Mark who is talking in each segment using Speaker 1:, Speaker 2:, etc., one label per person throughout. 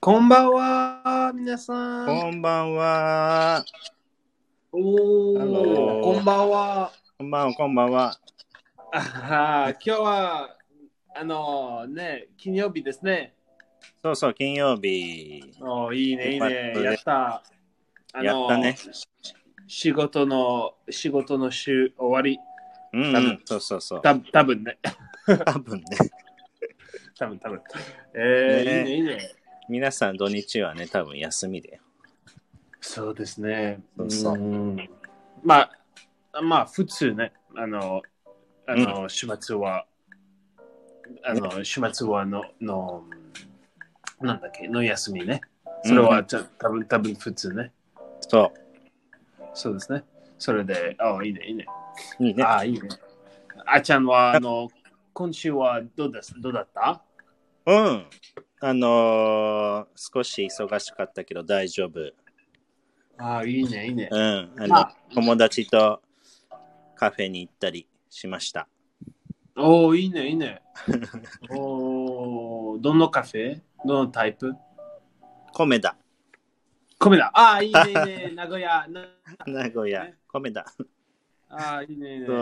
Speaker 1: こんばんは、皆さん。
Speaker 2: こんばんは。
Speaker 1: おー
Speaker 2: ハロー
Speaker 1: こんばんは。
Speaker 2: こんばんは、こんばんは。
Speaker 1: あは今日は、あのね、金曜日ですね。
Speaker 2: そうそう、金曜日。
Speaker 1: おーいいね、いいね。や
Speaker 2: よ
Speaker 1: った。あ
Speaker 2: やったね。
Speaker 1: 仕事の、仕事の週終わり。
Speaker 2: うん、
Speaker 1: 多
Speaker 2: う
Speaker 1: 分
Speaker 2: ん、そうそうそう。
Speaker 1: た多分ね。
Speaker 2: 多分ね。
Speaker 1: 多分多分。えー
Speaker 2: ね
Speaker 1: いいね、いいね。
Speaker 2: 皆さん土日はね、多分休みで。
Speaker 1: そうですね。
Speaker 2: そうそうん
Speaker 1: まあ、まあ、普通ね、あの、あの、週末は、あの、週末はの、の、なんだっけ、の休みね。それは、ちゃ多分多分普通ね。
Speaker 2: そ
Speaker 1: そうですね。それで、あいいね、いいね。
Speaker 2: う。いいね。
Speaker 1: あいいね。あちゃんは、あの、今週はどうですどうだった
Speaker 2: うん。あのー少し忙しかったけど大丈夫。
Speaker 1: あいいね、いいね
Speaker 2: う。ん。あの、
Speaker 1: まあ
Speaker 2: 友達とカフェに行ったりしました。
Speaker 1: おお、いいね、いい ね。おーどのカフェどのタイプ
Speaker 2: コメダ。
Speaker 1: コメダ。ああ、いいね、いいね。 名古屋。な
Speaker 2: 名古屋
Speaker 1: ね。
Speaker 2: コメダ。
Speaker 1: ああ、いいね、いいね。
Speaker 2: そう。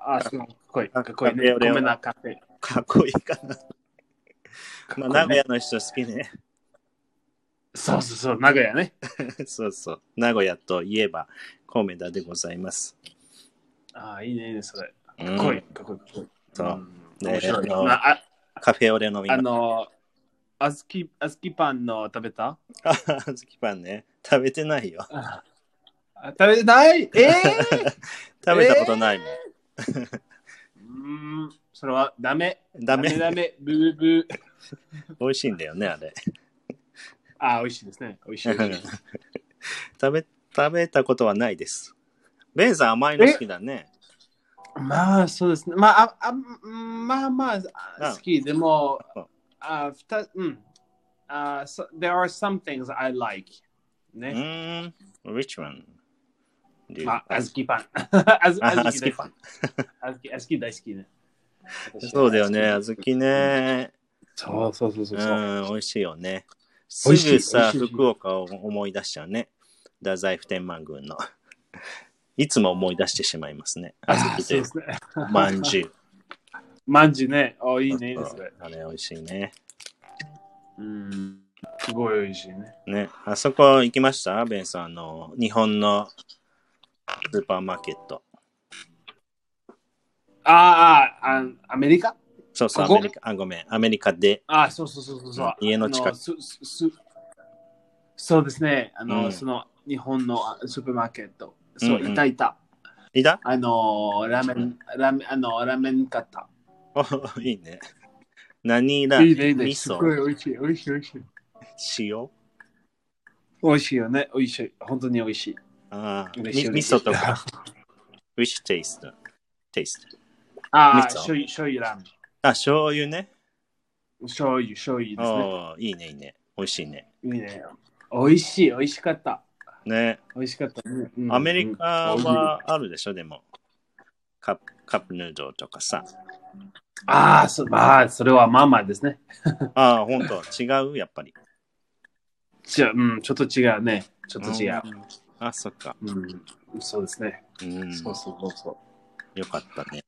Speaker 1: ああ、すごい。かっこいい。かっ
Speaker 2: あ
Speaker 1: こいい
Speaker 2: カフェ
Speaker 1: ね。
Speaker 2: オ
Speaker 1: コ
Speaker 2: レは
Speaker 1: メダカフェ。
Speaker 2: かっこいいかな。
Speaker 1: かっこい
Speaker 2: ま
Speaker 1: いね
Speaker 2: あ、名古屋の人好きね。
Speaker 1: そうそうそう、名古屋ね。
Speaker 2: そうそう。名古屋といえばコメダでございます。
Speaker 1: ああ、いいね、いいね、それ。か
Speaker 2: うん
Speaker 1: っこいい、かっこいい、かっこいい。
Speaker 2: そうんね
Speaker 1: 面白い。
Speaker 2: あの
Speaker 1: なあ
Speaker 2: カフェオレ飲み
Speaker 1: あ
Speaker 2: ます。
Speaker 1: の、あずき、あずきパンの食べた
Speaker 2: ああずきパンね。食べてないよ。
Speaker 1: あ食べてないえ え
Speaker 2: 食べたことないもん。
Speaker 1: うーん、それはダメ。
Speaker 2: ダメ。
Speaker 1: ダメ、ブーブー。
Speaker 2: 美味しいんだよね、あ れ。
Speaker 1: ああ、美味しいですね。美味しい。美味しい
Speaker 2: 食べ、食べたことはないです。ベンさん甘いの好きだね。
Speaker 1: まあそうですね。まあ、ああうんまあまあ
Speaker 2: う
Speaker 1: あ
Speaker 2: ん
Speaker 1: 好き。でも
Speaker 2: うん、
Speaker 1: あふたうんあそ mm, uh, there are some things I like.
Speaker 2: う
Speaker 1: ね。
Speaker 2: ーん。Which one? do you
Speaker 1: まあ、あ
Speaker 2: like?
Speaker 1: ずき パン。あず
Speaker 2: あ
Speaker 1: あずき大
Speaker 2: 小
Speaker 1: 好き。あずきあずき大好きね。
Speaker 2: そうだよね、小豆ね。
Speaker 1: そうそうそうそうう そう。
Speaker 2: ん、美味しいよね。
Speaker 1: 美
Speaker 2: す
Speaker 1: 味しい
Speaker 2: ぐさ、
Speaker 1: 美味しい
Speaker 2: 福岡を思い出しちゃうね。太宰府天満宮の。いつも思い出してしまいますね。
Speaker 1: あ
Speaker 2: 小
Speaker 1: そうで
Speaker 2: 豆です
Speaker 1: ね。
Speaker 2: まんじゅう。
Speaker 1: まんじゅうね。おいいね、いいですね。
Speaker 2: あれ美味しいね。
Speaker 1: うん。すごい美味しいね。
Speaker 2: ね、あそこ行きましたベンさん、あの、日本のスーパーマーケット。
Speaker 1: ああ、あアメリカ
Speaker 2: そうそう、
Speaker 1: ここ
Speaker 2: アメリカ、あ、ごめん、アメリカで。
Speaker 1: あそうそうそうそうそう。
Speaker 2: うん家の近く
Speaker 1: あすすすそうですね。あの、
Speaker 2: うん
Speaker 1: その日本のあスーパーマーケット。そう、
Speaker 2: うんうん
Speaker 1: いたいた。
Speaker 2: いた
Speaker 1: あの、ラーメン、ラーメン、あの、ラーメン買った。
Speaker 2: いいね。何だ
Speaker 1: いいね、いいね。
Speaker 2: 味
Speaker 1: す
Speaker 2: 噌
Speaker 1: ごい美味しい、美味しい、美味しい。
Speaker 2: 塩
Speaker 1: 美味しいよね、美味しい。本当に美味しい。
Speaker 2: ああ、み
Speaker 1: 嬉しい
Speaker 2: 味
Speaker 1: 嬉しい
Speaker 2: 噌 とか。ウィッシュテイスト。テイスト。
Speaker 1: ああ、
Speaker 2: 味噌
Speaker 1: 醤油、醤油ラーメ
Speaker 2: あ、醤油ね。
Speaker 1: ン。醤油、醤油ですね。
Speaker 2: ああ、いいね、いいね。美味しいね。
Speaker 1: いいね。美味しい、美味しかった。
Speaker 2: ね、
Speaker 1: 美味しかった。うんうん
Speaker 2: アメリカ
Speaker 1: うん
Speaker 2: はあるでしょ、でも。カップカップヌードルと かさ。
Speaker 1: ああ、そまあ、それはまあまあですね。
Speaker 2: ああ、ほんと、違う、やっぱり。
Speaker 1: じゃあうん、ちょっと違うね。ちょっと違う。
Speaker 2: んあ、そっか。
Speaker 1: うん、そうですね。
Speaker 2: うん、
Speaker 1: そうそうそうそ
Speaker 2: よかったね。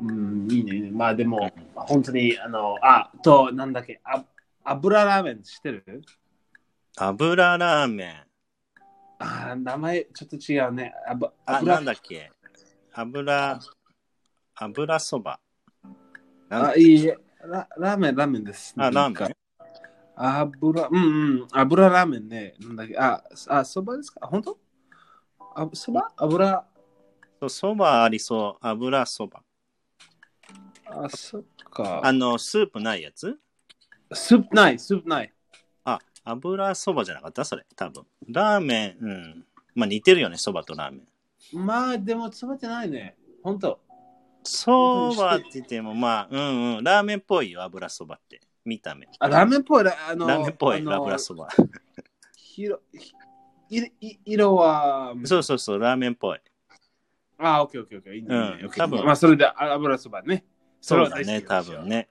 Speaker 1: う。うん、いいねいいね。まあでも、本当に、あの、あ、と、なんだっけ、あ油ラーメン知ってる
Speaker 2: 油ラーメン。
Speaker 1: あー名前ちょっと違うね。あぶ
Speaker 2: あ、
Speaker 1: 油
Speaker 2: なんだっけ油、油そば。なんだ
Speaker 1: あ、いいえラ。ラーメン、ラーメンです。
Speaker 2: あ、ラー
Speaker 1: な
Speaker 2: メ
Speaker 1: ん
Speaker 2: ン
Speaker 1: か。油、うんうん、油ラーメンね。なんだっけ、あ、あ、そばですか本当あ、そば油、
Speaker 2: そうそばありそう。油そば。
Speaker 1: あ、そっか。
Speaker 2: あの、スープないやつ
Speaker 1: スープない、スープない。
Speaker 2: あ、油そばじゃなかったそれ、多分。ラーメン、うん。まあ似てるよね、そばとラーメン。
Speaker 1: まあ、でも、つばってないね。本当
Speaker 2: そばって言っても、まあ、うんうん。ラーメンっぽいよ、油そばって。見た目。
Speaker 1: あラーメンっぽい、ラあの
Speaker 2: ラーメンっぽい、
Speaker 1: あの
Speaker 2: 油そば。
Speaker 1: ひろひいい色は、
Speaker 2: そうそうそう、ラーメンっぽい。
Speaker 1: ああ、オッケーオッケーオッケー。いいね
Speaker 2: うん
Speaker 1: オッケー
Speaker 2: 多分
Speaker 1: まあ、それであ油そばね。
Speaker 2: そう
Speaker 1: れは
Speaker 2: だ
Speaker 1: 大好き
Speaker 2: ね、多分ね。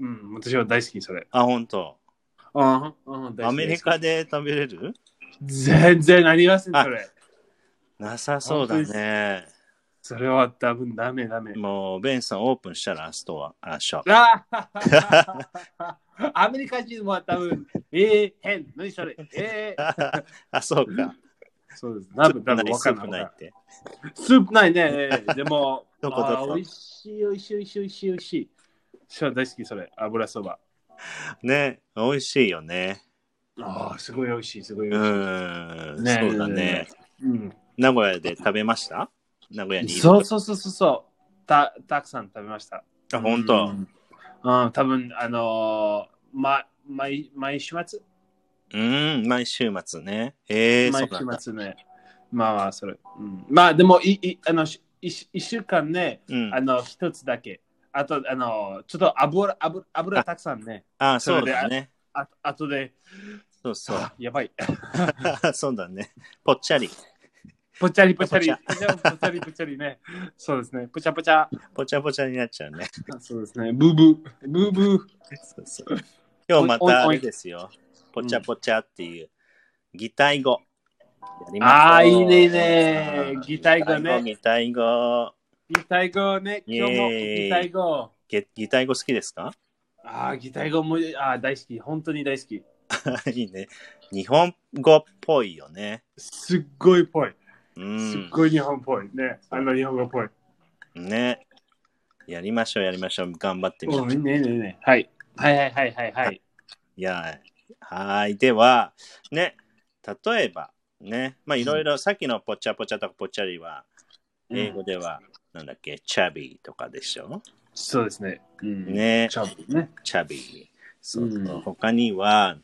Speaker 1: うん、私は大好き、それ。
Speaker 2: あ、ほんと。
Speaker 1: うんうん、大好き
Speaker 2: アメリカで食べれる
Speaker 1: 全然ありません、
Speaker 2: あ
Speaker 1: それ。
Speaker 2: なさそうだね。
Speaker 1: それは多分ダメダメ。
Speaker 2: もう、ベンさんオープンしたら、ストア、あ、ショップ。
Speaker 1: あーアメリカ人は多分、えー、変、何それ、えー、
Speaker 2: あ、そうか。
Speaker 1: そうです。多分、多分分かん
Speaker 2: スープ
Speaker 1: な
Speaker 2: ないいっ。て。
Speaker 1: スープないね。えーでも、
Speaker 2: どこどこ
Speaker 1: あー美味しい、美味しい、美味しい、美味しい、美味しい。そう大好き、それ。油そば。
Speaker 2: ね、美味しいよね。
Speaker 1: ああ、すごい美味しい、すごいう美味しい。
Speaker 2: ーん、
Speaker 1: ね
Speaker 2: そうだね。
Speaker 1: うん
Speaker 2: 名古屋で食べました名古屋にいる
Speaker 1: そうそうそうそうそうた。たくさん食べました。
Speaker 2: あ、本
Speaker 1: う
Speaker 2: 当。
Speaker 1: ん、うん多分あのーま、毎毎週末
Speaker 2: うーん、毎週末ね。えー、そ
Speaker 1: 毎
Speaker 2: うなんだ。
Speaker 1: 週末ね。まあまあ、それ。うん、まあ、でも、いいあのし一一週間ね、
Speaker 2: うん、
Speaker 1: あの、一つだけ。あと、あの、ちょっと油、油、油たくさんね。
Speaker 2: あ、
Speaker 1: そ
Speaker 2: そ
Speaker 1: れ
Speaker 2: う
Speaker 1: で
Speaker 2: だね。
Speaker 1: ああとで、
Speaker 2: そうそ う。
Speaker 1: あやばい。
Speaker 2: そうだね。ぽっちゃり。
Speaker 1: ぽっちゃりぽっちゃり。で
Speaker 2: ぽ
Speaker 1: もぽっちゃりぽっちゃりね。そうですね。ぽちゃぽちゃ。
Speaker 2: ぽちゃぽちゃになっちゃうね。
Speaker 1: そうですね。ブーブー。ブーブー。
Speaker 2: そうそう今日ま
Speaker 1: おいおい
Speaker 2: たあれですよ。ぽちゃぽちゃっていう、擬態語。やりましょう
Speaker 1: あーいいねいいね擬態語ね
Speaker 2: 擬態語。
Speaker 1: 擬態語ね。今日も
Speaker 2: イエーイ
Speaker 1: 擬態語。
Speaker 2: げ擬態語好きですか
Speaker 1: ああ、擬態語もあー大好き。本当に大好き。
Speaker 2: いいね。日本語っぽいよね。
Speaker 1: すっごいぽい。
Speaker 2: う
Speaker 1: すっ
Speaker 2: ん。
Speaker 1: ごい日本っぽい。ね。あの日本語っぽい。
Speaker 2: ね。やりましょう、やりましょう。頑張ってみよう。
Speaker 1: うん、ねえねえねえ。はい。はいはいはいはいはい。
Speaker 2: いやはーい。では、ね、例えば、ね、まあいろいろ、さっきのぽちゃぽちゃとかぽっちゃりは、
Speaker 1: うん
Speaker 2: 英語では、なんだっけ、チャビーとかでしょ
Speaker 1: そうですね。うん、
Speaker 2: ね
Speaker 1: ち、ゃぶね。
Speaker 2: チャビー。そう
Speaker 1: うん
Speaker 2: 他には、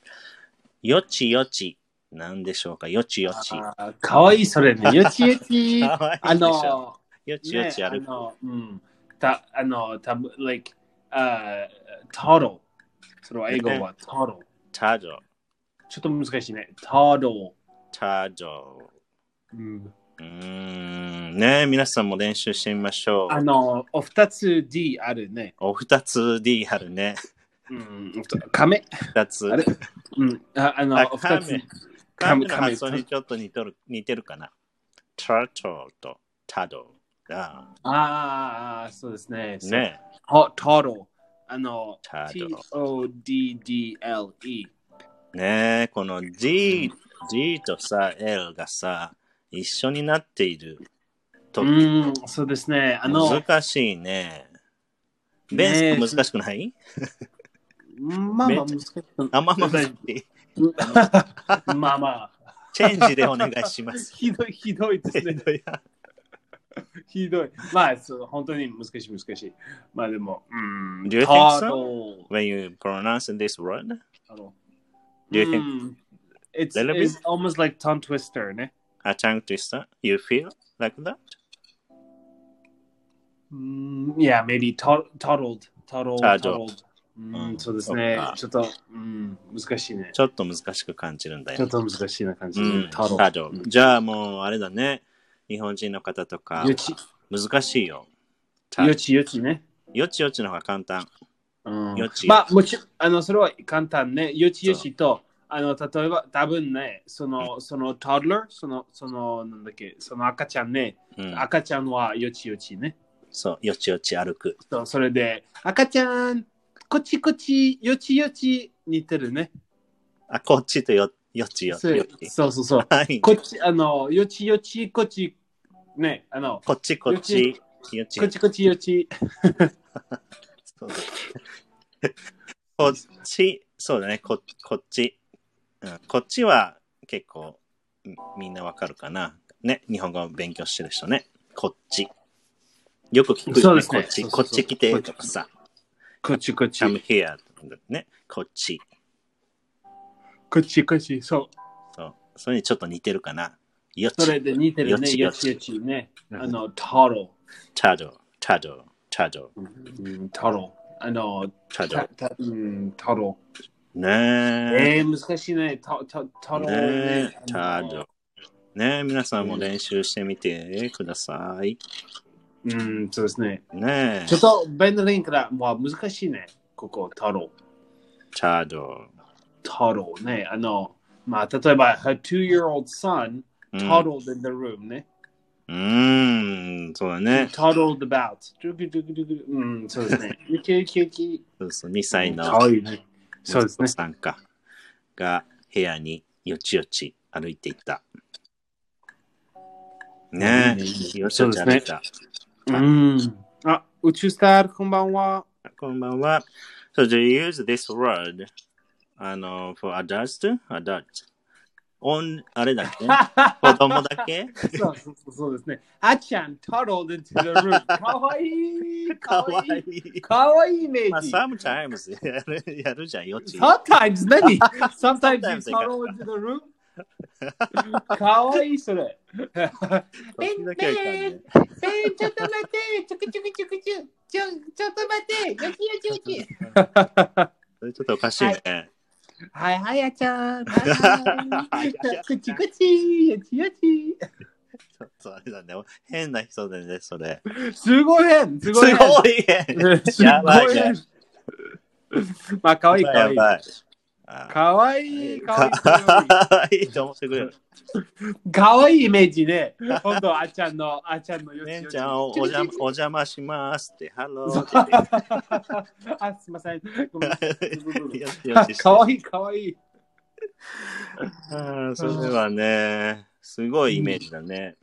Speaker 2: よちよち。なんでしょうか、よちよち。か
Speaker 1: あーかわいいそれ ね。よちよち。
Speaker 2: わいい
Speaker 1: あ
Speaker 2: でしょ。
Speaker 1: の、
Speaker 2: よちよち歩
Speaker 1: ね
Speaker 2: く
Speaker 1: あ。の、うん。た、あの、たぶん、like、あー、トロ。それは英語はトロ。
Speaker 2: タジョ、
Speaker 1: ちょっと難しいね。トロ。
Speaker 2: タジョ。
Speaker 1: うん、
Speaker 2: うーん、ね、皆さんも練習してみましょ
Speaker 1: あ
Speaker 2: う。
Speaker 1: の、お二つ D あるね。
Speaker 2: お二つ D あるね。
Speaker 1: うん、お二亀。
Speaker 2: 二つ。
Speaker 1: あれうん、ああの
Speaker 2: あ、
Speaker 1: お二つ
Speaker 2: 亀。カ
Speaker 1: カ
Speaker 2: ム
Speaker 1: ム
Speaker 2: の
Speaker 1: カム
Speaker 2: 発音にちょっと似てる似てるかな。タトルとタドル。あ
Speaker 1: ああ、そうですね。
Speaker 2: あね。
Speaker 1: トトロ。あの、
Speaker 2: Toddle
Speaker 1: T-O-D-D-L-E。
Speaker 2: ねこの G,、G とさ、L がさ、一緒になっている
Speaker 1: う
Speaker 2: と
Speaker 1: ん、そうですね。あの、
Speaker 2: 難しいね。
Speaker 1: ね
Speaker 2: ベース難しくない、
Speaker 1: まあまあ難しい。
Speaker 2: あんま難しい。
Speaker 1: まあまあ、
Speaker 2: チェンジでお願いします。
Speaker 1: ひどい、ひどいですね。ひどい。まあ、そう本当に難しい、難しい。まあでも、うん、
Speaker 2: Do you think so?
Speaker 1: トロ
Speaker 2: When you pronounce this word?
Speaker 1: あの
Speaker 2: Do you think-
Speaker 1: Mm, it's,
Speaker 2: Little bit?
Speaker 1: it's almost like tongue twister ね。
Speaker 2: A tongue twister? You feel like that?
Speaker 1: Mm, yeah, maybe tot- toddled. Toddled.
Speaker 2: Toddled.
Speaker 1: toddled. う
Speaker 2: うん
Speaker 1: ん、そうですね
Speaker 2: そっか。
Speaker 1: ちょっと、うん、難しいね。
Speaker 2: ちょっと難しく感じるんだよ
Speaker 1: ちょっと難しいな感じ。
Speaker 2: うん、
Speaker 1: トロ
Speaker 2: タドルじゃあもうあれだね。日本人の方とか
Speaker 1: よ、ち、
Speaker 2: 難しいよ。タ
Speaker 1: よちよちね。
Speaker 2: よちよちの方が簡単。
Speaker 1: うん
Speaker 2: よち
Speaker 1: まあ、もちろん、あの、それは簡単ね。よちよちと、あの、例えば、多分ね、その、その、ト d ド e r その、その、なんだっけ、その赤ちゃんね、
Speaker 2: うん、
Speaker 1: 赤ちゃんはよちよちね。
Speaker 2: そう、よちよち歩く。
Speaker 1: そうそれで、赤ちゃん、こっちこっち、よちよち、似てるね。
Speaker 2: あ、こっちとよよちよち
Speaker 1: そ
Speaker 2: よ
Speaker 1: う
Speaker 2: ち。
Speaker 1: そうそうそう。
Speaker 2: はい。
Speaker 1: こっち、あの、よちよち、こっち、ね、あの、
Speaker 2: こっちこっち。よち
Speaker 1: こっちこっちよち。
Speaker 2: そうだ こっち、そうだね。ここっち、うん。こっちは結構みみんなわかるかな。ね、日本語を勉強してる人ね。こっち。よく聞く
Speaker 1: そ
Speaker 2: よ
Speaker 1: う
Speaker 2: ね、
Speaker 1: です
Speaker 2: こ
Speaker 1: ね
Speaker 2: っち。
Speaker 1: そう
Speaker 2: こ
Speaker 1: そうそう
Speaker 2: っち来てとかさ。
Speaker 1: こっちこっち。
Speaker 2: come here ね、こっち。
Speaker 1: こっちこっち、そ
Speaker 2: そう。それにちょっと似てるかな。よ
Speaker 1: う。そ
Speaker 2: ち、
Speaker 1: れで似てるね、
Speaker 2: よ
Speaker 1: よ
Speaker 2: ち
Speaker 1: ち
Speaker 2: よ
Speaker 1: よ
Speaker 2: ち
Speaker 1: ちね。あの、トロ。
Speaker 2: タド、タド、タド、
Speaker 1: うんトロ。あの、
Speaker 2: タド
Speaker 1: た。たうんトロ。
Speaker 2: ねえ。
Speaker 1: えー、難しいね。トトトロ。
Speaker 2: ねえ、
Speaker 1: あ
Speaker 2: タ
Speaker 1: の
Speaker 2: ド。ねえ、皆さんも練習してみてください。
Speaker 1: うん、そうですね。
Speaker 2: ね
Speaker 1: ちょ
Speaker 2: え
Speaker 1: っ、と、ベンドリンから、まあ、難しいね。ここ、トロ。
Speaker 2: タド。
Speaker 1: トロね。あの、まあ、例えば、her two-year-old son
Speaker 2: うん
Speaker 1: toddled in the room ね。
Speaker 2: うーん、そうだね。
Speaker 1: toddled about. ドゥクドゥクドゥクうん、そうですね。ウキウキウキ。
Speaker 2: そうそう、2歳の
Speaker 1: かわいいね。そうですね。
Speaker 2: さんか。が、部屋によちよち歩いていった。
Speaker 1: いい
Speaker 2: ね
Speaker 1: ね
Speaker 2: え、よちよち歩いた。
Speaker 1: うん。あ、宇宙スター、こんばんは。
Speaker 2: こんばんは。So, do you use this word? あの、for adults to adult? on あれだっ け子供だけ
Speaker 1: そうそうそうそうですね。あちゃん、トローで to the room。かわいい。
Speaker 2: か
Speaker 1: か
Speaker 2: わ
Speaker 1: わい
Speaker 2: い
Speaker 1: い。
Speaker 2: い。
Speaker 1: かわいいイメー
Speaker 2: まあ、
Speaker 1: ジ。
Speaker 2: sometimes やる やるじゃん、よち。
Speaker 1: Sometimes 何 ?Sometimes you
Speaker 2: Sometimes
Speaker 1: toddle into the room? かわいいそれ。
Speaker 2: 時々はいかんね
Speaker 3: えーちょっと待って、ちょくちょくちょくちょ、ちょ、ちょっと待って、よきよきよき。
Speaker 2: それちょっとおかしいね。
Speaker 3: はいはい、あちゃん。はいはいこっちこっち、よちよち。
Speaker 2: ちょっとあれだね。変な人だね、それ。
Speaker 1: すごい変す
Speaker 2: す
Speaker 1: ご
Speaker 2: ご
Speaker 1: い
Speaker 2: い
Speaker 1: 変
Speaker 2: 変
Speaker 1: すごい
Speaker 2: やばい
Speaker 1: 変まあ、かわいいかわ
Speaker 2: や
Speaker 1: いい。
Speaker 2: ばい。あ
Speaker 1: かわいいかわいい
Speaker 2: かいいと思ってくれる。
Speaker 1: かわいいイメージね。今度、あちゃんの、あちゃんのよちよ
Speaker 2: ね
Speaker 1: ち
Speaker 2: んちゃんおお 邪魔お邪魔しますって、ハロ ーって
Speaker 1: あ、すいません。ごめんなさい
Speaker 2: 言って。よしよしして
Speaker 1: かわいいかわいい。
Speaker 2: あーそれはね、すごいイメージだね。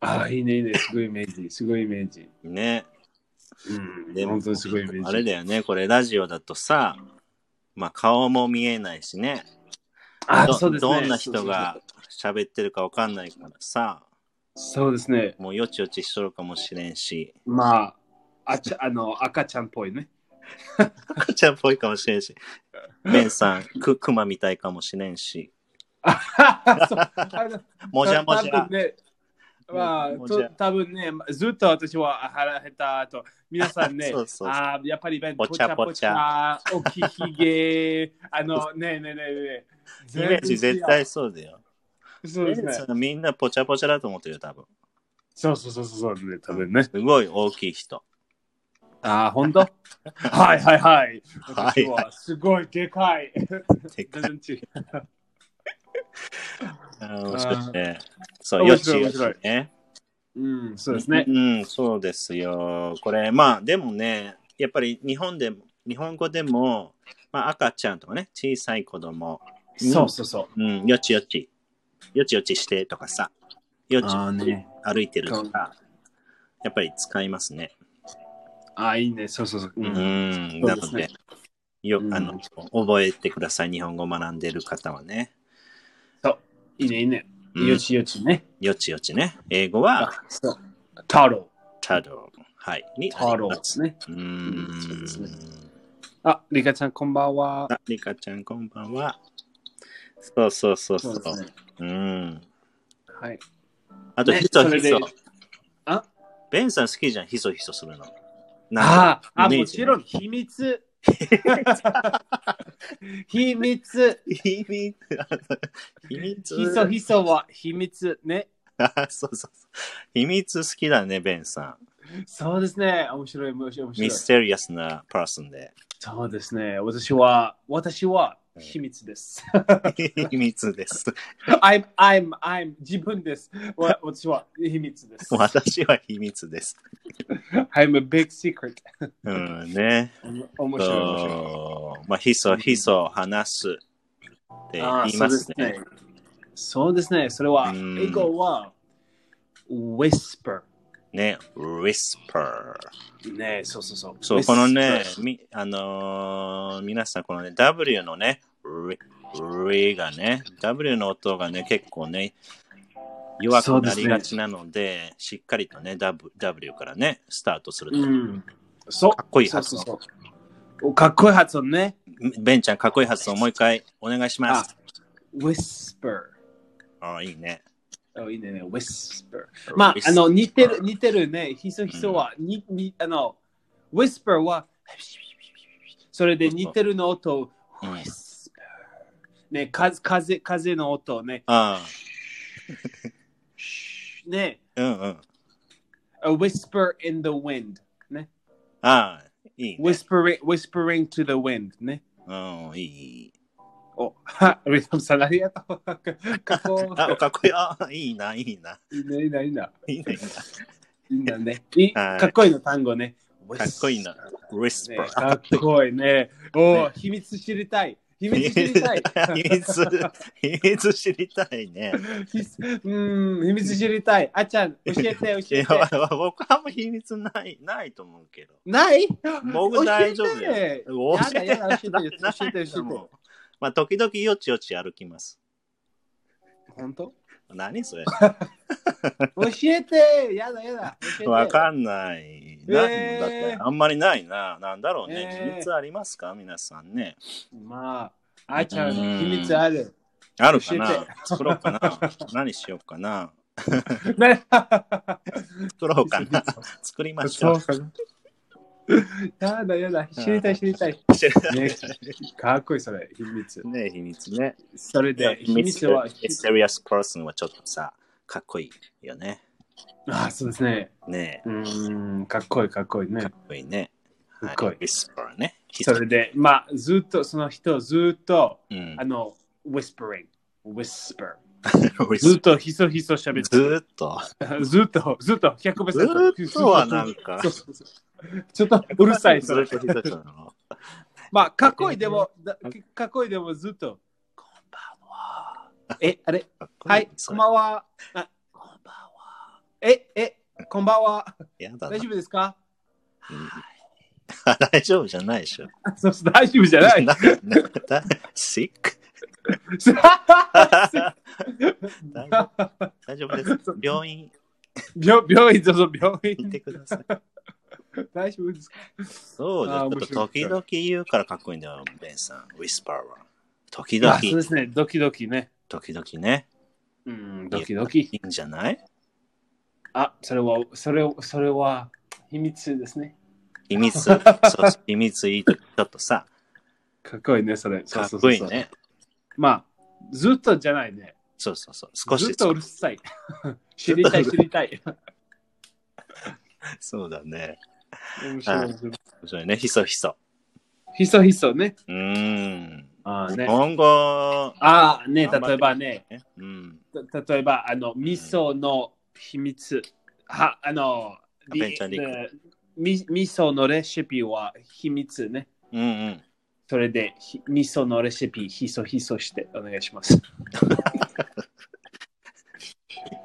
Speaker 1: あ、いいね、いいね。すごいイメージ。すごいイメージ。
Speaker 2: ね。
Speaker 1: うん
Speaker 2: でも
Speaker 1: 本当にすごいイメージ。
Speaker 2: あれだよね、これラジオだとさ、まあ顔も見えないしね。
Speaker 1: あ
Speaker 2: ど
Speaker 1: そうですね
Speaker 2: どんな人が喋ってるかわかんないからさ、
Speaker 1: そうですね。
Speaker 2: もうよちよちしとるかもしれんし、
Speaker 1: まあ、あちゃあの赤ちゃんっぽいね。
Speaker 2: 赤ちゃんっぽいかもしれんし、ベンさん、く、クマみたいかもしれんし、
Speaker 1: そうあの
Speaker 2: もじゃもじ
Speaker 1: た多
Speaker 2: ゃ
Speaker 1: 分。ねまあ、
Speaker 2: もじゃ
Speaker 1: と多分ね、ずっと私は腹減ったと、皆さんね、
Speaker 2: そうそうそう
Speaker 1: あやっぱりね
Speaker 2: ぽちゃぽち
Speaker 1: ゃ、おきひげ、 あの、ねえねえねえねえ。
Speaker 2: イメージ絶対そうだよ。
Speaker 1: そうですね。
Speaker 2: みんなぽちゃぽちゃだと思ってるよ、多分。
Speaker 1: そうそうそうそう、ね、多分ね
Speaker 2: す。ごい大きい人。
Speaker 1: ああ、本当 はいはいはい。
Speaker 2: はい
Speaker 1: 私はすごいでかい。
Speaker 2: でか
Speaker 1: 全
Speaker 2: い
Speaker 1: 然違う。
Speaker 2: あー面白いね。そう、よ
Speaker 1: 面
Speaker 2: ち
Speaker 1: 白い
Speaker 2: よちね。
Speaker 1: うん、そうですね。
Speaker 2: うん、そうですよ。これ、まあ、でもね、やっぱり日本でも、日本語でも、まあ、赤ちゃんとかね、小さい子供、
Speaker 1: そうそうそう。
Speaker 2: うん、よちよち、よちよちしてとかさ、よち
Speaker 1: あー
Speaker 2: よち
Speaker 1: ね
Speaker 2: 歩いてるとか、やっぱり使いますね。
Speaker 1: ああ、いいね。そうそうそう。う、
Speaker 2: うんん、
Speaker 1: そ
Speaker 2: な
Speaker 1: うで
Speaker 2: の
Speaker 1: すね
Speaker 2: で、よ
Speaker 1: う、ん
Speaker 2: あの、覚えてください、日本語を学んでる方はね。
Speaker 1: いいね、いいね。
Speaker 2: うん
Speaker 1: よちよちね。
Speaker 2: よちよちね。英語は、
Speaker 1: そう。太郎。
Speaker 2: タロー。はい。にあ
Speaker 1: 太
Speaker 2: り
Speaker 1: 郎
Speaker 2: ま
Speaker 1: ですすね。
Speaker 2: うー
Speaker 1: うんそうですね
Speaker 2: ん。
Speaker 1: あ、リカちゃん、こんばんは。
Speaker 2: あ、リカちゃん、こんばんは。そうそうそうそう。
Speaker 1: そう
Speaker 2: う
Speaker 1: ですね。
Speaker 2: ん。
Speaker 1: はい。
Speaker 2: あと、
Speaker 1: ね
Speaker 2: ひそ
Speaker 1: それ
Speaker 2: ひ
Speaker 1: で
Speaker 2: そ。
Speaker 1: あ
Speaker 2: ベンさん好きじゃん、ひそひそするの。なんか
Speaker 1: ああ、あ
Speaker 2: イメ
Speaker 1: も
Speaker 2: ージ
Speaker 1: ち
Speaker 2: ね
Speaker 1: ろん、秘 密。秘密。
Speaker 2: 秘密。秘密。
Speaker 1: ひそひそは秘密ね。
Speaker 2: あそうそうそう。秘密好きだね、ベンさ
Speaker 1: そうですね。面白い、面白い、面白
Speaker 2: ん。
Speaker 1: い
Speaker 2: ミ。ステリアスなパーソ ンで。
Speaker 1: そうですね。私は、私は秘密です。
Speaker 2: 秘密です。
Speaker 1: I'm, I'm, I'm 自分です。わ私は秘密 です。
Speaker 2: 私は秘密です。
Speaker 1: I'm a big secret.
Speaker 2: うんね。
Speaker 1: 面白い、面白い。
Speaker 2: そうまあ、ひそひそ話すって
Speaker 1: ああ
Speaker 2: 言いますね。。
Speaker 1: そうですね。そうですねそれは、
Speaker 2: うん
Speaker 1: 英語は、whisper。
Speaker 2: ね、whisper。
Speaker 1: ねそうそうそう。
Speaker 2: そう、
Speaker 1: whisper
Speaker 2: このね、みあのー皆さん、このね、W のね、re re がね、W の音がね、結構ね、弱くなりがちなので、しっかりとね、W, w からね、スタートすると。
Speaker 1: うん。そう。
Speaker 2: かっこいい発音
Speaker 1: そうそうそうおかっこいい発音ね。
Speaker 2: ベンちゃん、かっこいい発音、もう一回お願いしま
Speaker 1: あ
Speaker 2: す。、
Speaker 1: whisper。
Speaker 2: ああ、いいね。
Speaker 1: おいいねね、whisper。まあ、あの、似てる、似てるね。ひそひそは、に、に、あの、whisper は、それで似てるの音を、
Speaker 2: うん
Speaker 1: whisper。ね、風、風、風の音をね。
Speaker 2: あ
Speaker 1: ね、
Speaker 2: あ、うんうん。
Speaker 1: a whisper in the wind。ね。
Speaker 2: ああ、いい、ね。
Speaker 1: whispering, whispering to the wind。ね。
Speaker 2: うん、いい。
Speaker 1: お、 は、ウィリアムさん、ありがとう。かっこ
Speaker 2: あ、かっこいい。あ、いいな、いいな。
Speaker 1: いいな、いいな、いいな。
Speaker 2: いいな、いい
Speaker 1: いいんだ ね。いい
Speaker 2: はい
Speaker 1: かっこいいの単語ね。
Speaker 2: な。かっこいいな。リス
Speaker 1: ね
Speaker 2: ペクト。
Speaker 1: かっこいいね。おー秘密知りたい。秘密知りたい。
Speaker 2: 秘密、秘密知りたいね。
Speaker 1: ひす うん、秘密知りたい。あっちゃん、教えて、教え
Speaker 2: いや
Speaker 1: て。
Speaker 2: 僕はあんま秘密ない、ないと思うけど。
Speaker 1: ない
Speaker 2: 僕大丈夫
Speaker 1: や
Speaker 2: よ。
Speaker 1: だやだ、教えて、
Speaker 2: な
Speaker 1: 教えて、
Speaker 2: いと
Speaker 1: 教え
Speaker 2: 思
Speaker 1: て
Speaker 2: う。まあ、時々よちよち歩きます。
Speaker 1: 本当
Speaker 2: 何それ
Speaker 1: 教えて、やだ、やだ。教えて
Speaker 2: わかんない。
Speaker 1: えー
Speaker 2: ないだって、あんまりないな。なんだろうね。
Speaker 1: えー
Speaker 2: 秘密ありますか皆さんね。
Speaker 1: まあ、あっちゃん、秘密ある。
Speaker 2: あるか
Speaker 1: 教え
Speaker 2: な
Speaker 1: て
Speaker 2: 作ろうかな何しようかな
Speaker 1: ね
Speaker 2: 作ろうか な作りまし
Speaker 1: そ
Speaker 2: ょ
Speaker 1: うかな。やだ、やだ、知りたい、知りたい。
Speaker 2: う。知らない
Speaker 1: ね、かっこいい、それ、秘密。
Speaker 2: ね秘密ね。
Speaker 1: それで、秘密は、
Speaker 2: ミステリアスパーソンはちょっとさ、かっこいいよね。
Speaker 1: あ、そうですね。
Speaker 2: ね
Speaker 1: うーん、かっこいい、かっこいい
Speaker 2: え、か
Speaker 1: ね
Speaker 2: っ。こいいね。
Speaker 1: かっこいい
Speaker 2: ウィスパーね。
Speaker 1: それで、まあ、ずっと、その人、ずっと、
Speaker 2: うん
Speaker 1: あ、の、whispering、whisper。ず
Speaker 2: ず
Speaker 1: っと、ひそひそ喋って
Speaker 2: ずーっと。
Speaker 1: る。ずっと、ずっと、100%。
Speaker 2: ずーっとはなんか
Speaker 1: そうそうそうちょっと、うるさい、
Speaker 2: ず
Speaker 1: それ
Speaker 2: ー。っとひどくなるの。
Speaker 1: まあ、かっこいいでも、だかっこいいでも、ずっと、こんばんは。え、あれ
Speaker 2: かっこ
Speaker 1: はい、こ
Speaker 2: それ
Speaker 1: んばんは。あこんばんは。え、え、こんばんは。
Speaker 2: やだな
Speaker 1: 大丈夫ですか
Speaker 2: うん 大丈夫じゃないでしょ。
Speaker 1: あそうそう大丈夫じゃない。
Speaker 2: なだ sick？大丈大丈夫です。病院
Speaker 1: 病病院、そうそう、病
Speaker 2: 行っ
Speaker 1: 院。
Speaker 2: てくだ さい。
Speaker 1: 大丈夫ですか
Speaker 2: そうだ、
Speaker 1: あ
Speaker 2: ち
Speaker 1: ー
Speaker 2: ょっと時々言うからかっこいいんだよ、ベンさん。ウィスパーは。時々
Speaker 1: あ、そうですね、ドキドキね。
Speaker 2: 時々ね。
Speaker 1: うん、ドキドキ。
Speaker 2: いいんじゃない
Speaker 1: あ、それは、それを、それは、秘密ですね。
Speaker 2: 秘 密、そう秘密いいとき、ちょっとさ、
Speaker 1: かっこいいね、それ。そ
Speaker 2: か
Speaker 1: う
Speaker 2: っ
Speaker 1: そう
Speaker 2: こ
Speaker 1: そう
Speaker 2: いいね。
Speaker 1: まあ、ずっとじゃないね。
Speaker 2: そうそうそう。少
Speaker 1: ずっ
Speaker 2: し、
Speaker 1: とうるさ い。知りたい、知りたい。
Speaker 2: そうだね。
Speaker 1: 面白い面白い。
Speaker 2: 面白いね。ひそひそ。
Speaker 1: ひそひそね。
Speaker 2: うーん。
Speaker 1: あー
Speaker 2: 日
Speaker 1: ね。
Speaker 2: 本語、
Speaker 1: ああ、ね、
Speaker 2: 頑張って
Speaker 1: 例えばね。
Speaker 2: ねうん。
Speaker 1: た例えば、あの、味噌の秘密。は、あの、り
Speaker 2: ベンチャーリー
Speaker 1: えーみ味噌のレシピは秘密ね。
Speaker 2: うんうん。
Speaker 1: それで、ひ味噌のレシピ、ひそひそしてお願いします。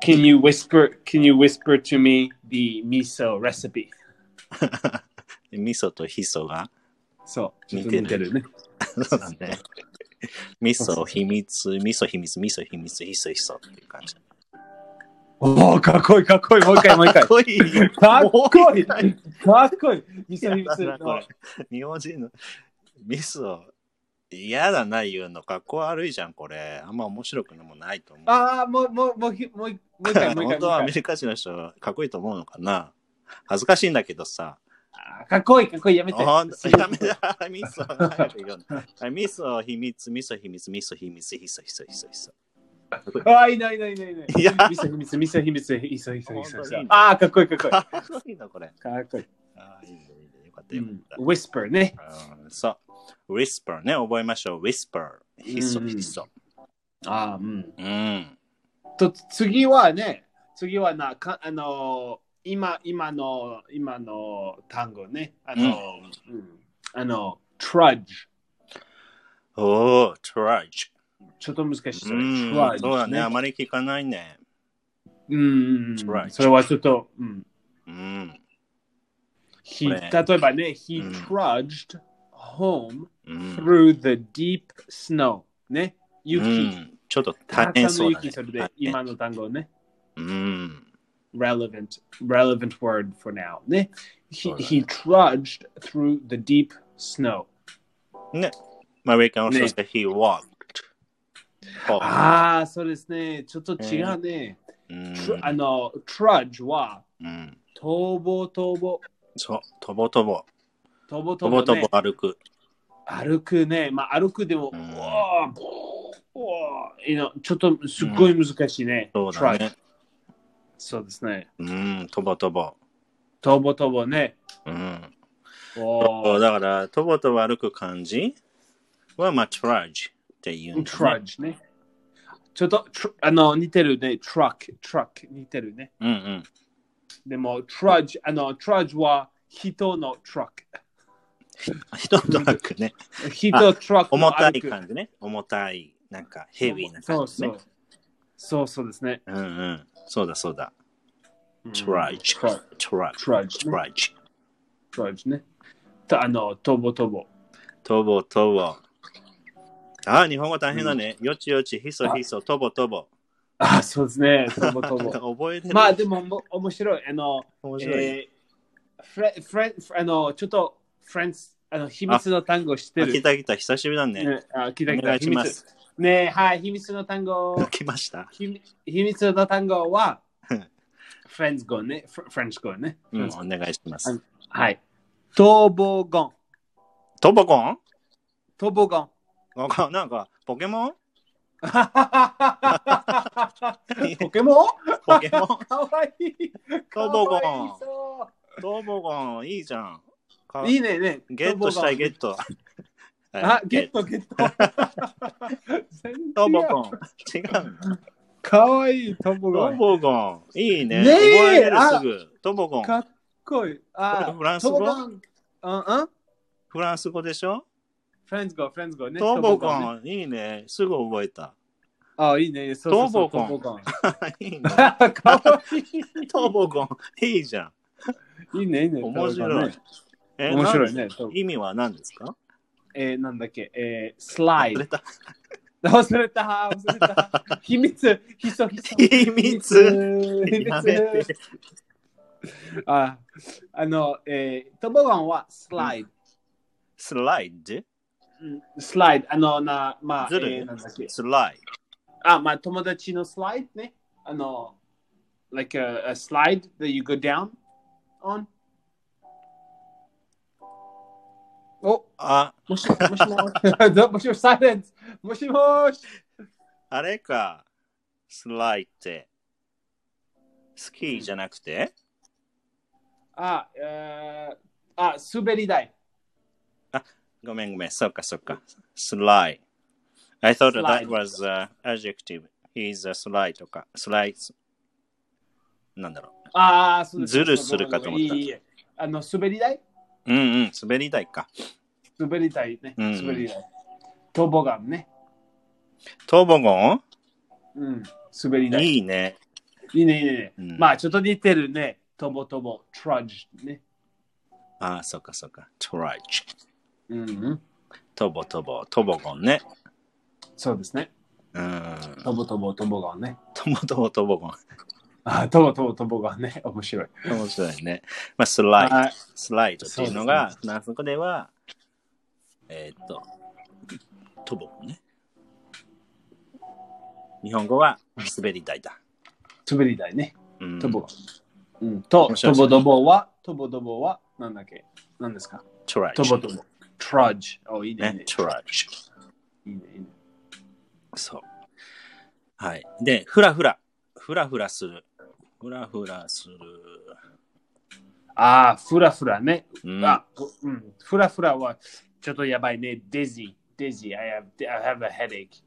Speaker 1: can you whisper, can you whisper to me the miso recipe?
Speaker 2: 味噌とひそが、
Speaker 1: そう、ちょっと
Speaker 2: 似
Speaker 1: 似て
Speaker 2: て
Speaker 1: るね。
Speaker 2: そうだね。味噌、秘密、味噌、秘密、味噌、秘密、ひそひそっていう感じ。
Speaker 1: おお、かっこいい、かっこいい、もう一回、もう一 回
Speaker 2: かっ。こいい。
Speaker 1: かっこいい、
Speaker 2: も
Speaker 1: か
Speaker 2: う一
Speaker 1: っこいい、味噌
Speaker 2: 回
Speaker 1: 秘密
Speaker 2: やだなこ
Speaker 1: の
Speaker 2: れ。日本人の味噌、嫌だな言うの、かっこ悪いじゃん、これ。あんま面白くもないと思う。
Speaker 1: ああ、もう、もう、もうひ、もう一、もう一 回、もう一
Speaker 2: 本
Speaker 1: 回。
Speaker 2: 当
Speaker 1: もう一
Speaker 2: はア
Speaker 1: 回
Speaker 2: メリカ人の人はかっこいいと思うのかな恥ずかしいんだけどさ。
Speaker 1: あーかっこいい、かっこいい、やめて。
Speaker 2: ほんと、やめだ、ミソ、早く言うのミソ、秘密、ミソ、秘密、ミソ、秘密、ヒソ、ヒソ、ヒソ、ヒソ。
Speaker 1: あー、いないいないいないいない。
Speaker 2: いや
Speaker 1: ミスミスミスミスミスミスミス
Speaker 2: 本当に
Speaker 1: あー、かっこいい、かっこいい。
Speaker 2: かっこいいな、これ。
Speaker 1: かっこいい。
Speaker 2: ああ、いいね、いいね。よかっ
Speaker 1: う
Speaker 2: た、よかっ
Speaker 1: ん
Speaker 2: た。
Speaker 1: Whisper ね。
Speaker 2: うんそう。whisper ね、覚えましょう。whisper。ひそ
Speaker 1: うん
Speaker 2: ひそ。
Speaker 1: あーうん。
Speaker 2: うん。
Speaker 1: と、次はね、次はな、かあのー、今、今の、今の単語ね。あのー、うんあの、trudge。
Speaker 2: おお、trudge。
Speaker 1: ちょっと難しい。それ
Speaker 2: うん。
Speaker 1: trudge
Speaker 2: そうだね、あまり聞かないね。
Speaker 1: うん。
Speaker 2: trudge
Speaker 1: それはちょっと、うん。
Speaker 2: うん。
Speaker 1: He-
Speaker 2: これ
Speaker 1: 例えばね、he
Speaker 2: うん
Speaker 1: trudged home
Speaker 2: うん。
Speaker 1: through the deep snow ね雪、
Speaker 2: うんちょっと
Speaker 1: たく
Speaker 2: 大変
Speaker 1: さんの
Speaker 2: そうだ
Speaker 1: 雪
Speaker 2: ね
Speaker 1: それで、。
Speaker 2: 大変
Speaker 1: 今の単語ね
Speaker 2: うん。
Speaker 1: relevant relevant word for now ね
Speaker 2: そ
Speaker 1: he,
Speaker 2: うだね
Speaker 1: he trudged through the deep snow
Speaker 2: ね。まあ、we can also
Speaker 1: ね
Speaker 2: say he walked. Oh.
Speaker 1: ああそうですねちょっと違うね、
Speaker 2: うん。
Speaker 1: tr- あの ah, trudge は
Speaker 2: うん。
Speaker 1: 逃亡逃亡
Speaker 2: そう、とぼとぼ。
Speaker 1: 逃亡
Speaker 2: と
Speaker 1: 逃
Speaker 2: ぼ
Speaker 1: 亡、
Speaker 2: と
Speaker 1: ね
Speaker 2: ぼ、歩く。
Speaker 1: 歩くねまあ歩くでも、う
Speaker 2: う
Speaker 1: んわーうわー you know ちょっとすっごい難しいね、
Speaker 2: そうだね
Speaker 1: trudge。そうですね
Speaker 2: うん、とぼとぼ。
Speaker 1: 逃亡逃亡ね
Speaker 2: うん。
Speaker 1: お
Speaker 2: そう
Speaker 1: ー
Speaker 2: だから、とぼとぼ歩く感じは、まあ、trudge。っていうんだね、
Speaker 1: trudge ね。ちょっと、tr- あの、似てるね。truck、truck、似てるね。
Speaker 2: うんうん。
Speaker 1: でも、trudge、あの、trudge は人の truck。
Speaker 2: 人のトラックね。
Speaker 1: 人 truck の
Speaker 2: 重たい
Speaker 1: 歩く
Speaker 2: 感じね。重たい、なんかヘビーな
Speaker 1: そ
Speaker 2: 感
Speaker 1: う
Speaker 2: じ
Speaker 1: そ
Speaker 2: ね。
Speaker 1: う。そうそうですね。
Speaker 2: うんうん。そうだそうだ。
Speaker 1: うん
Speaker 2: トラッジ。
Speaker 1: Trudge
Speaker 2: トラッ
Speaker 1: trudge
Speaker 2: ジ。ト
Speaker 1: ね
Speaker 2: ラッジ。
Speaker 1: trudge ね。とあの、とぼとぼ。
Speaker 2: とぼとぼ。あ、日本語大変だね。よちよち、ひそひそ、とぼとぼ。
Speaker 1: あ、そうですね。と ぼとぼ。
Speaker 2: 覚えてる。
Speaker 1: まあ、でもおも、面白い。あの、
Speaker 2: 面白いね。
Speaker 1: えー、フレ、フレ、あの、ちょっと、フレンス、あの、秘密の単語知って
Speaker 2: あ来
Speaker 1: る。
Speaker 2: た来た、久しぶりだね。
Speaker 1: ねあ、聞いた
Speaker 2: お
Speaker 1: 聞
Speaker 2: 願
Speaker 1: い
Speaker 2: い
Speaker 1: た
Speaker 2: します。
Speaker 1: ねえ、はい、秘密の単語。
Speaker 2: 来ました。
Speaker 1: ひみ秘密の単語 は
Speaker 2: うん、
Speaker 1: フレンズ語ね。フフレンズ語ね。
Speaker 2: うん、お願いしま
Speaker 1: あ
Speaker 2: す。
Speaker 1: はい。トボゴン。
Speaker 2: トボコン
Speaker 1: トボゴン。
Speaker 2: わかんなんか、ポケモン
Speaker 1: ポケモン
Speaker 2: ポケ モン
Speaker 1: かわいい。
Speaker 2: トボゴン
Speaker 1: かわいそ
Speaker 2: トボコン、いいじゃん。か
Speaker 1: ういいねね。
Speaker 2: ゲットしたい、ゲ
Speaker 1: ト
Speaker 2: ッ
Speaker 1: ボ
Speaker 2: ト。
Speaker 1: ゴン。あ、ゲ
Speaker 2: ゲッ
Speaker 1: ッ
Speaker 2: ト。
Speaker 1: ト、ゲット。全然違う
Speaker 2: トボコン。違う。
Speaker 1: かわいい、トボゴ
Speaker 2: ト
Speaker 1: ン。
Speaker 2: ボコン。いいね。
Speaker 1: ねえ
Speaker 2: 覚えれる
Speaker 1: あ
Speaker 2: すぐ。トボコン。
Speaker 1: かっこいい。
Speaker 2: こ
Speaker 1: あ
Speaker 2: れ、フランス語
Speaker 1: トボゴン。うんうん。
Speaker 2: フランス語でしょ
Speaker 1: フレンズ語、フレンズ語ね。
Speaker 2: トボ
Speaker 1: トね
Speaker 2: コン。いいね。すぐ覚えた。
Speaker 1: あ、いいね。そうそうそう
Speaker 2: トーボ
Speaker 1: トーボン。
Speaker 2: いいね。
Speaker 1: か わ
Speaker 2: トボコン。いいじゃん。
Speaker 1: いい。いいね、いいね。
Speaker 2: 面
Speaker 1: トーボ
Speaker 2: 白
Speaker 1: コン
Speaker 2: い
Speaker 1: ね。。
Speaker 2: え
Speaker 1: 面白い。ね。トー
Speaker 2: な
Speaker 1: ボ
Speaker 2: ん意味は何ですか
Speaker 1: えー、なんだっけ、えー、スライ
Speaker 2: 忘
Speaker 1: ド
Speaker 2: れ。た
Speaker 1: 忘れた、忘れ た。秘密、ひそひそ。
Speaker 2: 秘密
Speaker 1: 秘
Speaker 2: やめ
Speaker 1: 密
Speaker 2: て。
Speaker 1: あ、あの、えー、トボガンはスライド。
Speaker 2: スライド
Speaker 1: うんスライド、あの、な、まあ、え
Speaker 2: ずるい
Speaker 1: ー、なんだっけ。
Speaker 2: スライ
Speaker 1: あ、まあ、友達のスライドね。あの、like a, a slide that you go down on. お、
Speaker 2: ド。あ、
Speaker 1: もしもしも しももしもし、サイレンス。もしもし。
Speaker 2: あれか。スライって。スキーじゃなくて
Speaker 1: あ、えー、あ、滑り台。
Speaker 2: ごめんごめん。そっかそっか。スライ。I thought that
Speaker 1: Slide.
Speaker 2: was an adjective. He's a slide とか。スライなんだろ
Speaker 1: ああ、そうです
Speaker 2: ズルするかと思った
Speaker 1: いえいえあの、滑り台
Speaker 2: う。うんうん。滑り台か。
Speaker 1: 滑り台ね。
Speaker 2: うんうん
Speaker 1: 滑り台。トボガンね。
Speaker 2: トーボゴン
Speaker 1: うん。滑り台。い
Speaker 2: いいね。
Speaker 1: いね、いいね。
Speaker 2: うん
Speaker 1: まあ、ちょっと似てるね。トボトボ、トラッジね。
Speaker 2: ああ、そっかそっか。トライチ。
Speaker 1: うん、うん。
Speaker 2: トボトボ、トボゴンね。
Speaker 1: そうですね。
Speaker 2: うん。
Speaker 1: トボトボ、トボガンね。
Speaker 2: トボトボ、トボゴン。
Speaker 1: あ、トボトボ、トボガンね。 面白い。
Speaker 2: 面白いね。まあ、スライド。
Speaker 1: はい
Speaker 2: スライドっていうのが、
Speaker 1: そう
Speaker 2: フランス語では、えーっと、トボね。日本語は滑り台だ。
Speaker 1: 滑り台ね。
Speaker 2: うん
Speaker 1: トボガン。うん。と
Speaker 2: 面、白い
Speaker 1: ト
Speaker 2: です
Speaker 1: ボ
Speaker 2: ね
Speaker 1: トボは、トボトボは、なんだっけなんですか
Speaker 2: トライ
Speaker 1: トボトボ。トラッジ。お、いいね。いい
Speaker 2: ね
Speaker 1: ね、
Speaker 2: トライ
Speaker 1: いいね、いいね。
Speaker 2: そう。はい。で、フラフラ。フラフラする。フラフラする。
Speaker 1: ああ、ふらふらね。
Speaker 2: うん
Speaker 1: あ、うん、ふらふらはちょっとやばいね。dizzy, dizzy, I have, I have a headache.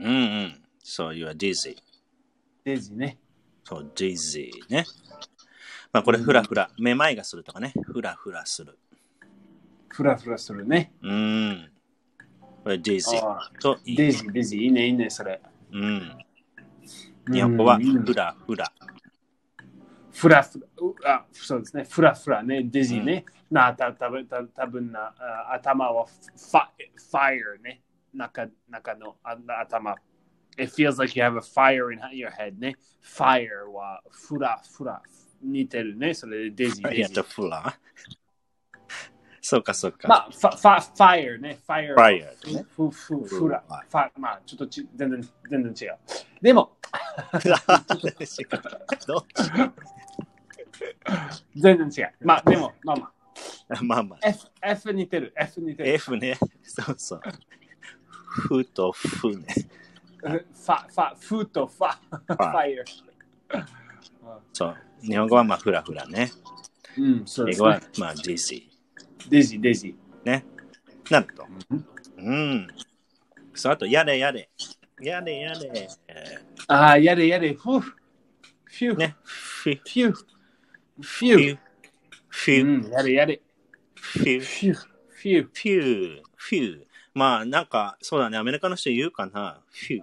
Speaker 2: うんうん。そう、you are dizzy.
Speaker 1: dizzy ね。
Speaker 2: そう、dizzy ね。まあ、これ、フラフラ。めまいがするとかね。フラフラする。
Speaker 1: ふらふらするね。
Speaker 2: うん。これ、dizzy
Speaker 1: あ
Speaker 2: と言い
Speaker 1: dizzy, dizzy, いいね、いいね、それ。
Speaker 2: うん。日本語は、フラフラ。
Speaker 1: ふらふら、うあ、そうですね。ふらふらね、dizzy ね。な、たたぶん、たたぶんな、あ頭は fi- fire ね。中中のあ頭。It feels like you have a fire in your head ね。fire はふらふら。似てるね。それで dizzy,
Speaker 2: ありが
Speaker 1: dizzy
Speaker 2: とう、フラ。 そうか、そうか。
Speaker 1: まあ、ファ、ファ、ファイアね、ファイア。
Speaker 2: Fire ね
Speaker 1: ふ、ふ、ふ、ふら、
Speaker 2: は
Speaker 1: ファ、まあ、ちょっとち、全然、全然違う。でも、
Speaker 2: ど
Speaker 1: 全然違う。まあ、でも、まあま
Speaker 2: まあまあ
Speaker 1: あ、。F、F 似てる、F 似てる。
Speaker 2: F ね。そうそう。ふとふね。
Speaker 1: ファ、ファ、フとファ、ファイア。
Speaker 2: そう。日本語はまあフラフラね。
Speaker 1: うん、そうで
Speaker 2: 英
Speaker 1: す
Speaker 2: 語は
Speaker 1: ね。
Speaker 2: まあ Mm, dizzy。
Speaker 1: デジ、デジ。
Speaker 2: なると。うん。そう、あと、やれやれ。やれやれ。
Speaker 1: ああ、やれやれ。ふぅ。ふぅ。
Speaker 2: ね。ふ
Speaker 1: ふぅ。ふ
Speaker 2: ふ
Speaker 1: ぅ。
Speaker 2: ふ
Speaker 1: う
Speaker 2: ゅ
Speaker 1: ん、やれやれ。
Speaker 2: ふゅ
Speaker 1: ふぅ。ふぅ。
Speaker 2: ふゅふゅまあ、なんか、そうだね、アメリカの人言うかな。ふゅ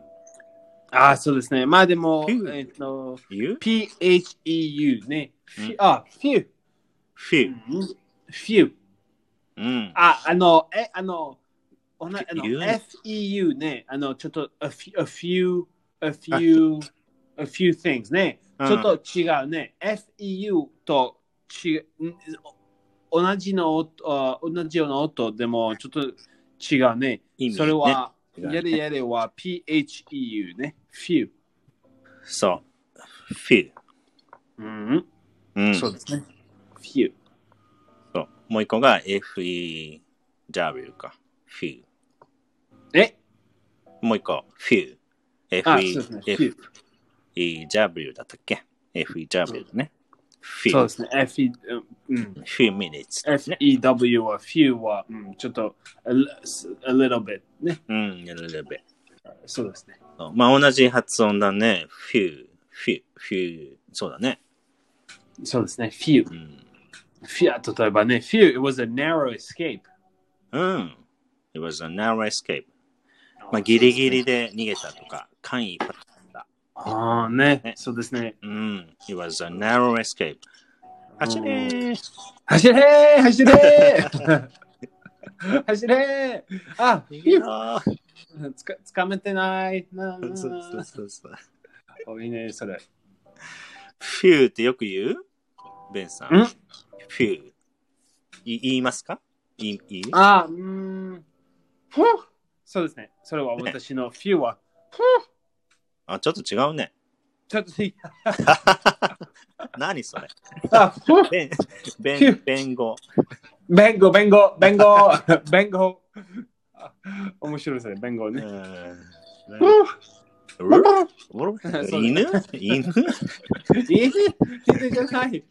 Speaker 1: ああ、そうですね。まあでも、
Speaker 2: フュー
Speaker 1: えっと、
Speaker 2: 言う
Speaker 1: PHEU ね。フ
Speaker 2: う
Speaker 1: ュ
Speaker 2: ん
Speaker 1: あ、フュー。
Speaker 2: ふ
Speaker 1: う
Speaker 2: ゅ
Speaker 1: んフュー。
Speaker 2: うん。
Speaker 1: あ、あの、え、あの、おなあの
Speaker 2: 言うね
Speaker 1: FEU ね。あの、ちょっと、a few, a few, a few, a few things ね。
Speaker 2: うん
Speaker 1: ちょっと違うね。FEU と違う、ん同じの音、あ同じような音でもちょっと違うね。
Speaker 2: 意味ね
Speaker 1: それは、
Speaker 2: 違うね
Speaker 1: やれやれは PHEU ね。few。
Speaker 2: そう。ふゅ
Speaker 1: うん、
Speaker 2: うん。
Speaker 1: そうですね。few。
Speaker 2: そうもう一個が FEW か。フュ
Speaker 1: え
Speaker 2: もう一個、フュ
Speaker 1: あ、そうですね。few
Speaker 2: ー。。FEW だったっけ ?FEW だね。フ
Speaker 1: そうで
Speaker 2: ュ
Speaker 1: すね。fe、うん。
Speaker 2: フュ minutes ですね。
Speaker 1: few は E few は、うん、ちょっと a, li- a little bit ね。
Speaker 2: うん、やるレベ
Speaker 1: そうですね。
Speaker 2: ル。まあ同じ発音だね。フュー、フュー、フュー。そうだね。
Speaker 1: そうですね。few
Speaker 2: う。ん。
Speaker 1: few 例えばね、few it was a narrow escape。
Speaker 2: うん。It was a narrow escape. まあギリギリで逃げたとか、簡易パターンだ。
Speaker 1: ああね
Speaker 2: ね
Speaker 1: そうですね。
Speaker 2: うん。It was a narrow escape.
Speaker 1: mm.
Speaker 2: 走れー。
Speaker 1: 走れー走れー走れーあ、
Speaker 2: 逃げ
Speaker 1: few!
Speaker 2: ろー。
Speaker 1: つかつかめてない。な
Speaker 2: そうそ
Speaker 1: な
Speaker 2: うそうそう。
Speaker 1: おいいね、それ。
Speaker 2: フューってよく言うベンさん。
Speaker 1: ん
Speaker 2: フュー。い言いますか言い言い
Speaker 1: あー、うーん。ふぅそうですね。それは私の few は、ふぅ
Speaker 2: あ、ちょっと違うね。
Speaker 1: ちょっといい。
Speaker 2: 何そ れ
Speaker 1: あ、ふぅ
Speaker 2: 弁、
Speaker 1: フュ
Speaker 2: 弁、
Speaker 1: ー
Speaker 2: 弁語。
Speaker 1: 弁護、弁護、弁 護、弁護。あ面白いですね、弁護
Speaker 2: う
Speaker 1: ね。
Speaker 2: ん
Speaker 1: う
Speaker 2: うる
Speaker 1: ん
Speaker 2: うる
Speaker 1: そうだね
Speaker 2: 犬犬
Speaker 1: いい犬じゃない。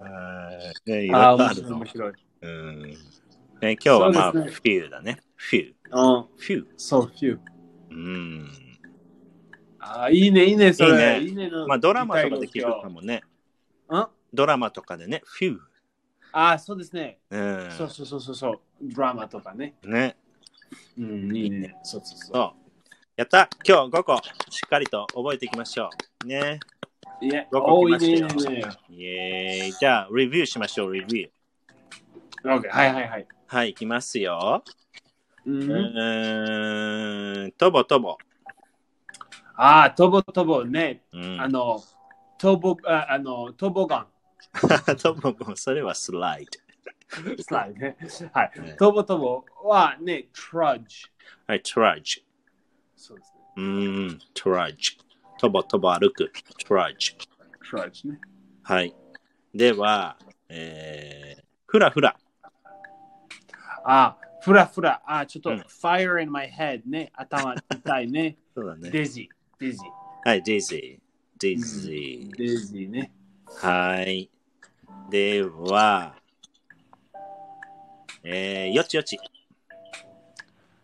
Speaker 2: あーねい
Speaker 1: あ
Speaker 2: ろ
Speaker 1: あ、
Speaker 2: いろあ
Speaker 1: 面
Speaker 2: る
Speaker 1: 白い、
Speaker 2: の
Speaker 1: 面。白い。
Speaker 2: うんね今日はまあ、
Speaker 1: そう
Speaker 2: フ
Speaker 1: です
Speaker 2: ューだね。フュー。
Speaker 1: うん、
Speaker 2: フュー。
Speaker 1: そう、few。
Speaker 2: うん。
Speaker 1: ああ、いいね、いいね、それ。
Speaker 2: いいね
Speaker 1: いいね。
Speaker 2: まあ、ドラマとかで聞くか
Speaker 1: も。
Speaker 2: もね。
Speaker 1: あ
Speaker 2: ドラマとかでね、フュ
Speaker 1: あ、そうですね。
Speaker 2: ー。
Speaker 1: そうそうそうそうそう。ドラマとかね。
Speaker 2: うん。ね。
Speaker 1: うん、いいね。そうそうそう。
Speaker 2: そう。やった今日5個、しっかりと覚えていきましょう。ね。
Speaker 1: いや、
Speaker 2: わか
Speaker 1: 多
Speaker 2: り
Speaker 1: い
Speaker 2: ま
Speaker 1: ね、いいね。
Speaker 2: したイェーイ。じゃあ、レビューしましょう、レビュー。
Speaker 1: OK、はいはいはい。
Speaker 2: はい、いきますよ。
Speaker 1: う、
Speaker 2: うんーん、とぼとぼ。
Speaker 1: ああ、とぼとぼね。
Speaker 2: うん
Speaker 1: あ、の、とぼ、ああの、とぼがん。
Speaker 2: とぼぼ、それはスライド。
Speaker 1: スライドね。はい
Speaker 2: ね。
Speaker 1: とぼとぼはね、trudge。
Speaker 2: はい、トラッジ。
Speaker 1: そうですね。
Speaker 2: うーん、トラッジ。とぼとぼ歩く。トラッジ。
Speaker 1: trudge ね。
Speaker 2: はい。では、えー、ふらふら。
Speaker 1: あ、ふらふら。あ、ちょっと、
Speaker 2: うん
Speaker 1: fire in my head ね。頭痛いね。
Speaker 2: そうだ ね。
Speaker 1: デジ。デジ。
Speaker 2: はい、デイジー。デイジ
Speaker 1: デジね。
Speaker 2: ー。はい。では、えー、よちよち。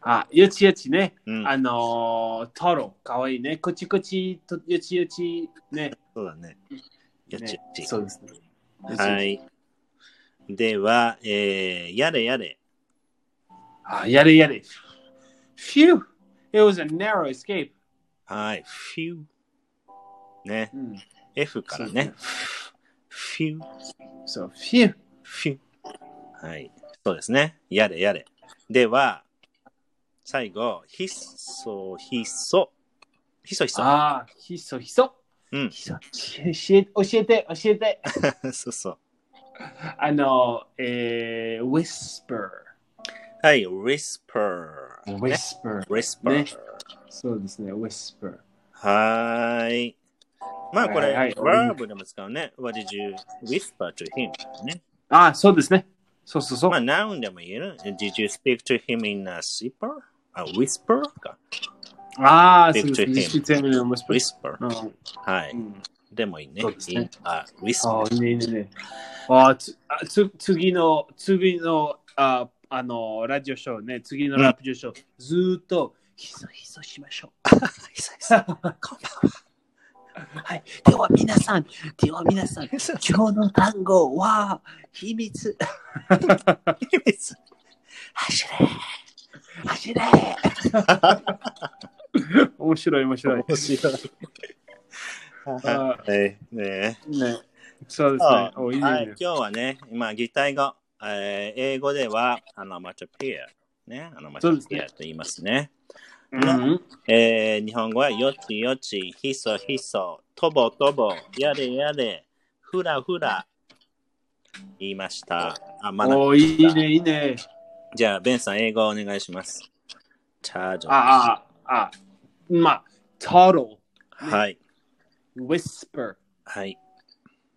Speaker 1: あ、よちよちね。
Speaker 2: うん、
Speaker 1: あのー、トロ。かわいいね。こちこちと、よちよちね。
Speaker 2: そうだね。よちよち。
Speaker 1: ねそうですね。
Speaker 2: は。い。では、えー、やれやれ。
Speaker 1: あ、やれやれ。Phew! It was a narrow escape.
Speaker 2: はい。フィュー。ね。
Speaker 1: うん。
Speaker 2: F からね。フィュー。
Speaker 1: そう、phew!
Speaker 2: フィュー。はい。そうですね。やれやれ。では、最後、ひっそひそ。ひそひそ。
Speaker 1: ああ、ひそひそ。
Speaker 2: うん。
Speaker 1: ひそしえ教えて、教えて。
Speaker 2: そうそう。
Speaker 1: あの、えー、whisper。
Speaker 2: はい。whisper。
Speaker 1: whisper。
Speaker 2: whisper
Speaker 1: ね。そうですね、whisper。
Speaker 2: はーい。まあこれ、
Speaker 1: はいはい
Speaker 2: バーブでも使うね。What did you whisper to him? ね。
Speaker 1: ああ、そうですね。そうそうそう。
Speaker 2: まあ、ナウンでも言える。Did you speak to him in a whisper? A whisper? か。
Speaker 1: ああ、そ
Speaker 2: speak
Speaker 1: うです
Speaker 2: to
Speaker 1: ね。
Speaker 2: him
Speaker 1: 実質的に whisper。
Speaker 2: whisper。
Speaker 1: うん
Speaker 2: は
Speaker 1: う
Speaker 2: い。
Speaker 1: ん
Speaker 2: でもいいね。
Speaker 1: そうですね
Speaker 2: in a
Speaker 1: あ
Speaker 2: whisper。
Speaker 1: あ、いいねいいね。ああ、つあつ次の、次の、あ、あの、ラジオショーね、次のラジオショー、ずーっと、ひそひそしましょ
Speaker 2: ひさひ
Speaker 1: う。
Speaker 2: さ。こんばんは。
Speaker 1: はい。では皆さん、では皆 さん、今日の単語は、秘密。
Speaker 2: 秘密。
Speaker 1: 走れ走れ 面白い面白い。
Speaker 2: 面白い。
Speaker 1: あ
Speaker 2: はい。ね
Speaker 1: ーね、そうですね
Speaker 2: あ。
Speaker 1: おいい
Speaker 2: はい、
Speaker 1: ね
Speaker 2: 今。日はね、今、擬態語、えー英語ではアノマトピア、ね、アノマトピアと言いますね。
Speaker 1: うん
Speaker 2: えー日本語はよちよち、ひそひそ、とぼとぼ、やれやれ、ふらふら、言いました。あ、まだ。
Speaker 1: おいいね、いいね。
Speaker 2: じゃあ、ベンさん、英語お願いします。チャージョン。
Speaker 1: ああ、あ、まあ、toddle,
Speaker 2: はい。
Speaker 1: whisper,
Speaker 2: はい。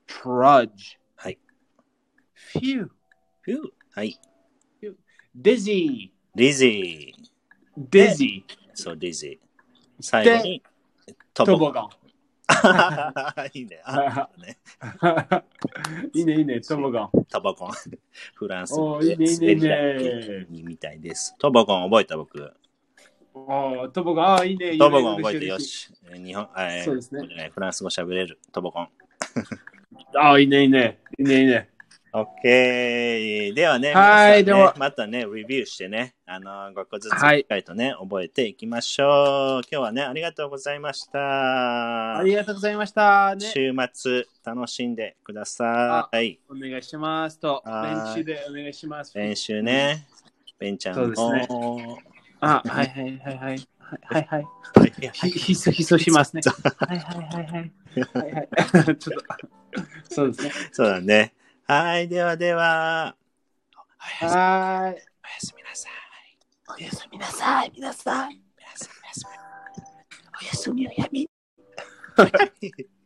Speaker 1: trudge,
Speaker 2: はい。
Speaker 1: phew,
Speaker 2: ふうはい。
Speaker 1: dizzy,
Speaker 2: リゼー。
Speaker 1: dizzy,
Speaker 2: そう、リゼー。最後に、とぼ。
Speaker 1: toboggan.
Speaker 2: いいね。あね
Speaker 1: いいね、いいね、toboggan.
Speaker 2: タバコン。 フランス
Speaker 1: おーいいねいいねいいね
Speaker 2: にみたいです。タバコン覚えた僕。
Speaker 1: おー、toboggan、ああ、いいね。いいね
Speaker 2: タバコン覚えてよ
Speaker 1: 嬉しい
Speaker 2: し。日本、えー
Speaker 1: そうですね
Speaker 2: ごめんなさいフランス語喋れる。タバコン。
Speaker 1: 嬉しいああ、いいね、いいね。いいね、いいね。
Speaker 2: オッケー。ではね、
Speaker 1: はい
Speaker 2: 皆
Speaker 1: で
Speaker 2: さんね
Speaker 1: は
Speaker 2: またね、レビューしてね、あの、5個ずつ、
Speaker 1: は
Speaker 2: し
Speaker 1: い
Speaker 2: っかりとね、覚えていきましょう。今日はね、ありがとうございました
Speaker 1: あ。りがとうございました。ね、
Speaker 2: 週末、楽しんでください。
Speaker 1: お願いしますと、
Speaker 2: は
Speaker 1: 練習
Speaker 2: い
Speaker 1: でお願いします。
Speaker 2: 練習ね、ベンちゃん
Speaker 1: そうですね
Speaker 2: も
Speaker 1: あ、はいはいはいはい。はい はい。
Speaker 2: はいは
Speaker 1: ひ
Speaker 2: い
Speaker 1: ひそひそしますね。はいはいはい はい。はいはい、 ちょっと、 そうですね。
Speaker 2: そうだね。はい、ではでは。おやす
Speaker 1: はーい。
Speaker 2: おやすみなさい。
Speaker 3: おやすみなさい、皆さん。
Speaker 2: おやすみなさい
Speaker 3: おやすみをやみ。
Speaker 2: おやすみなさい。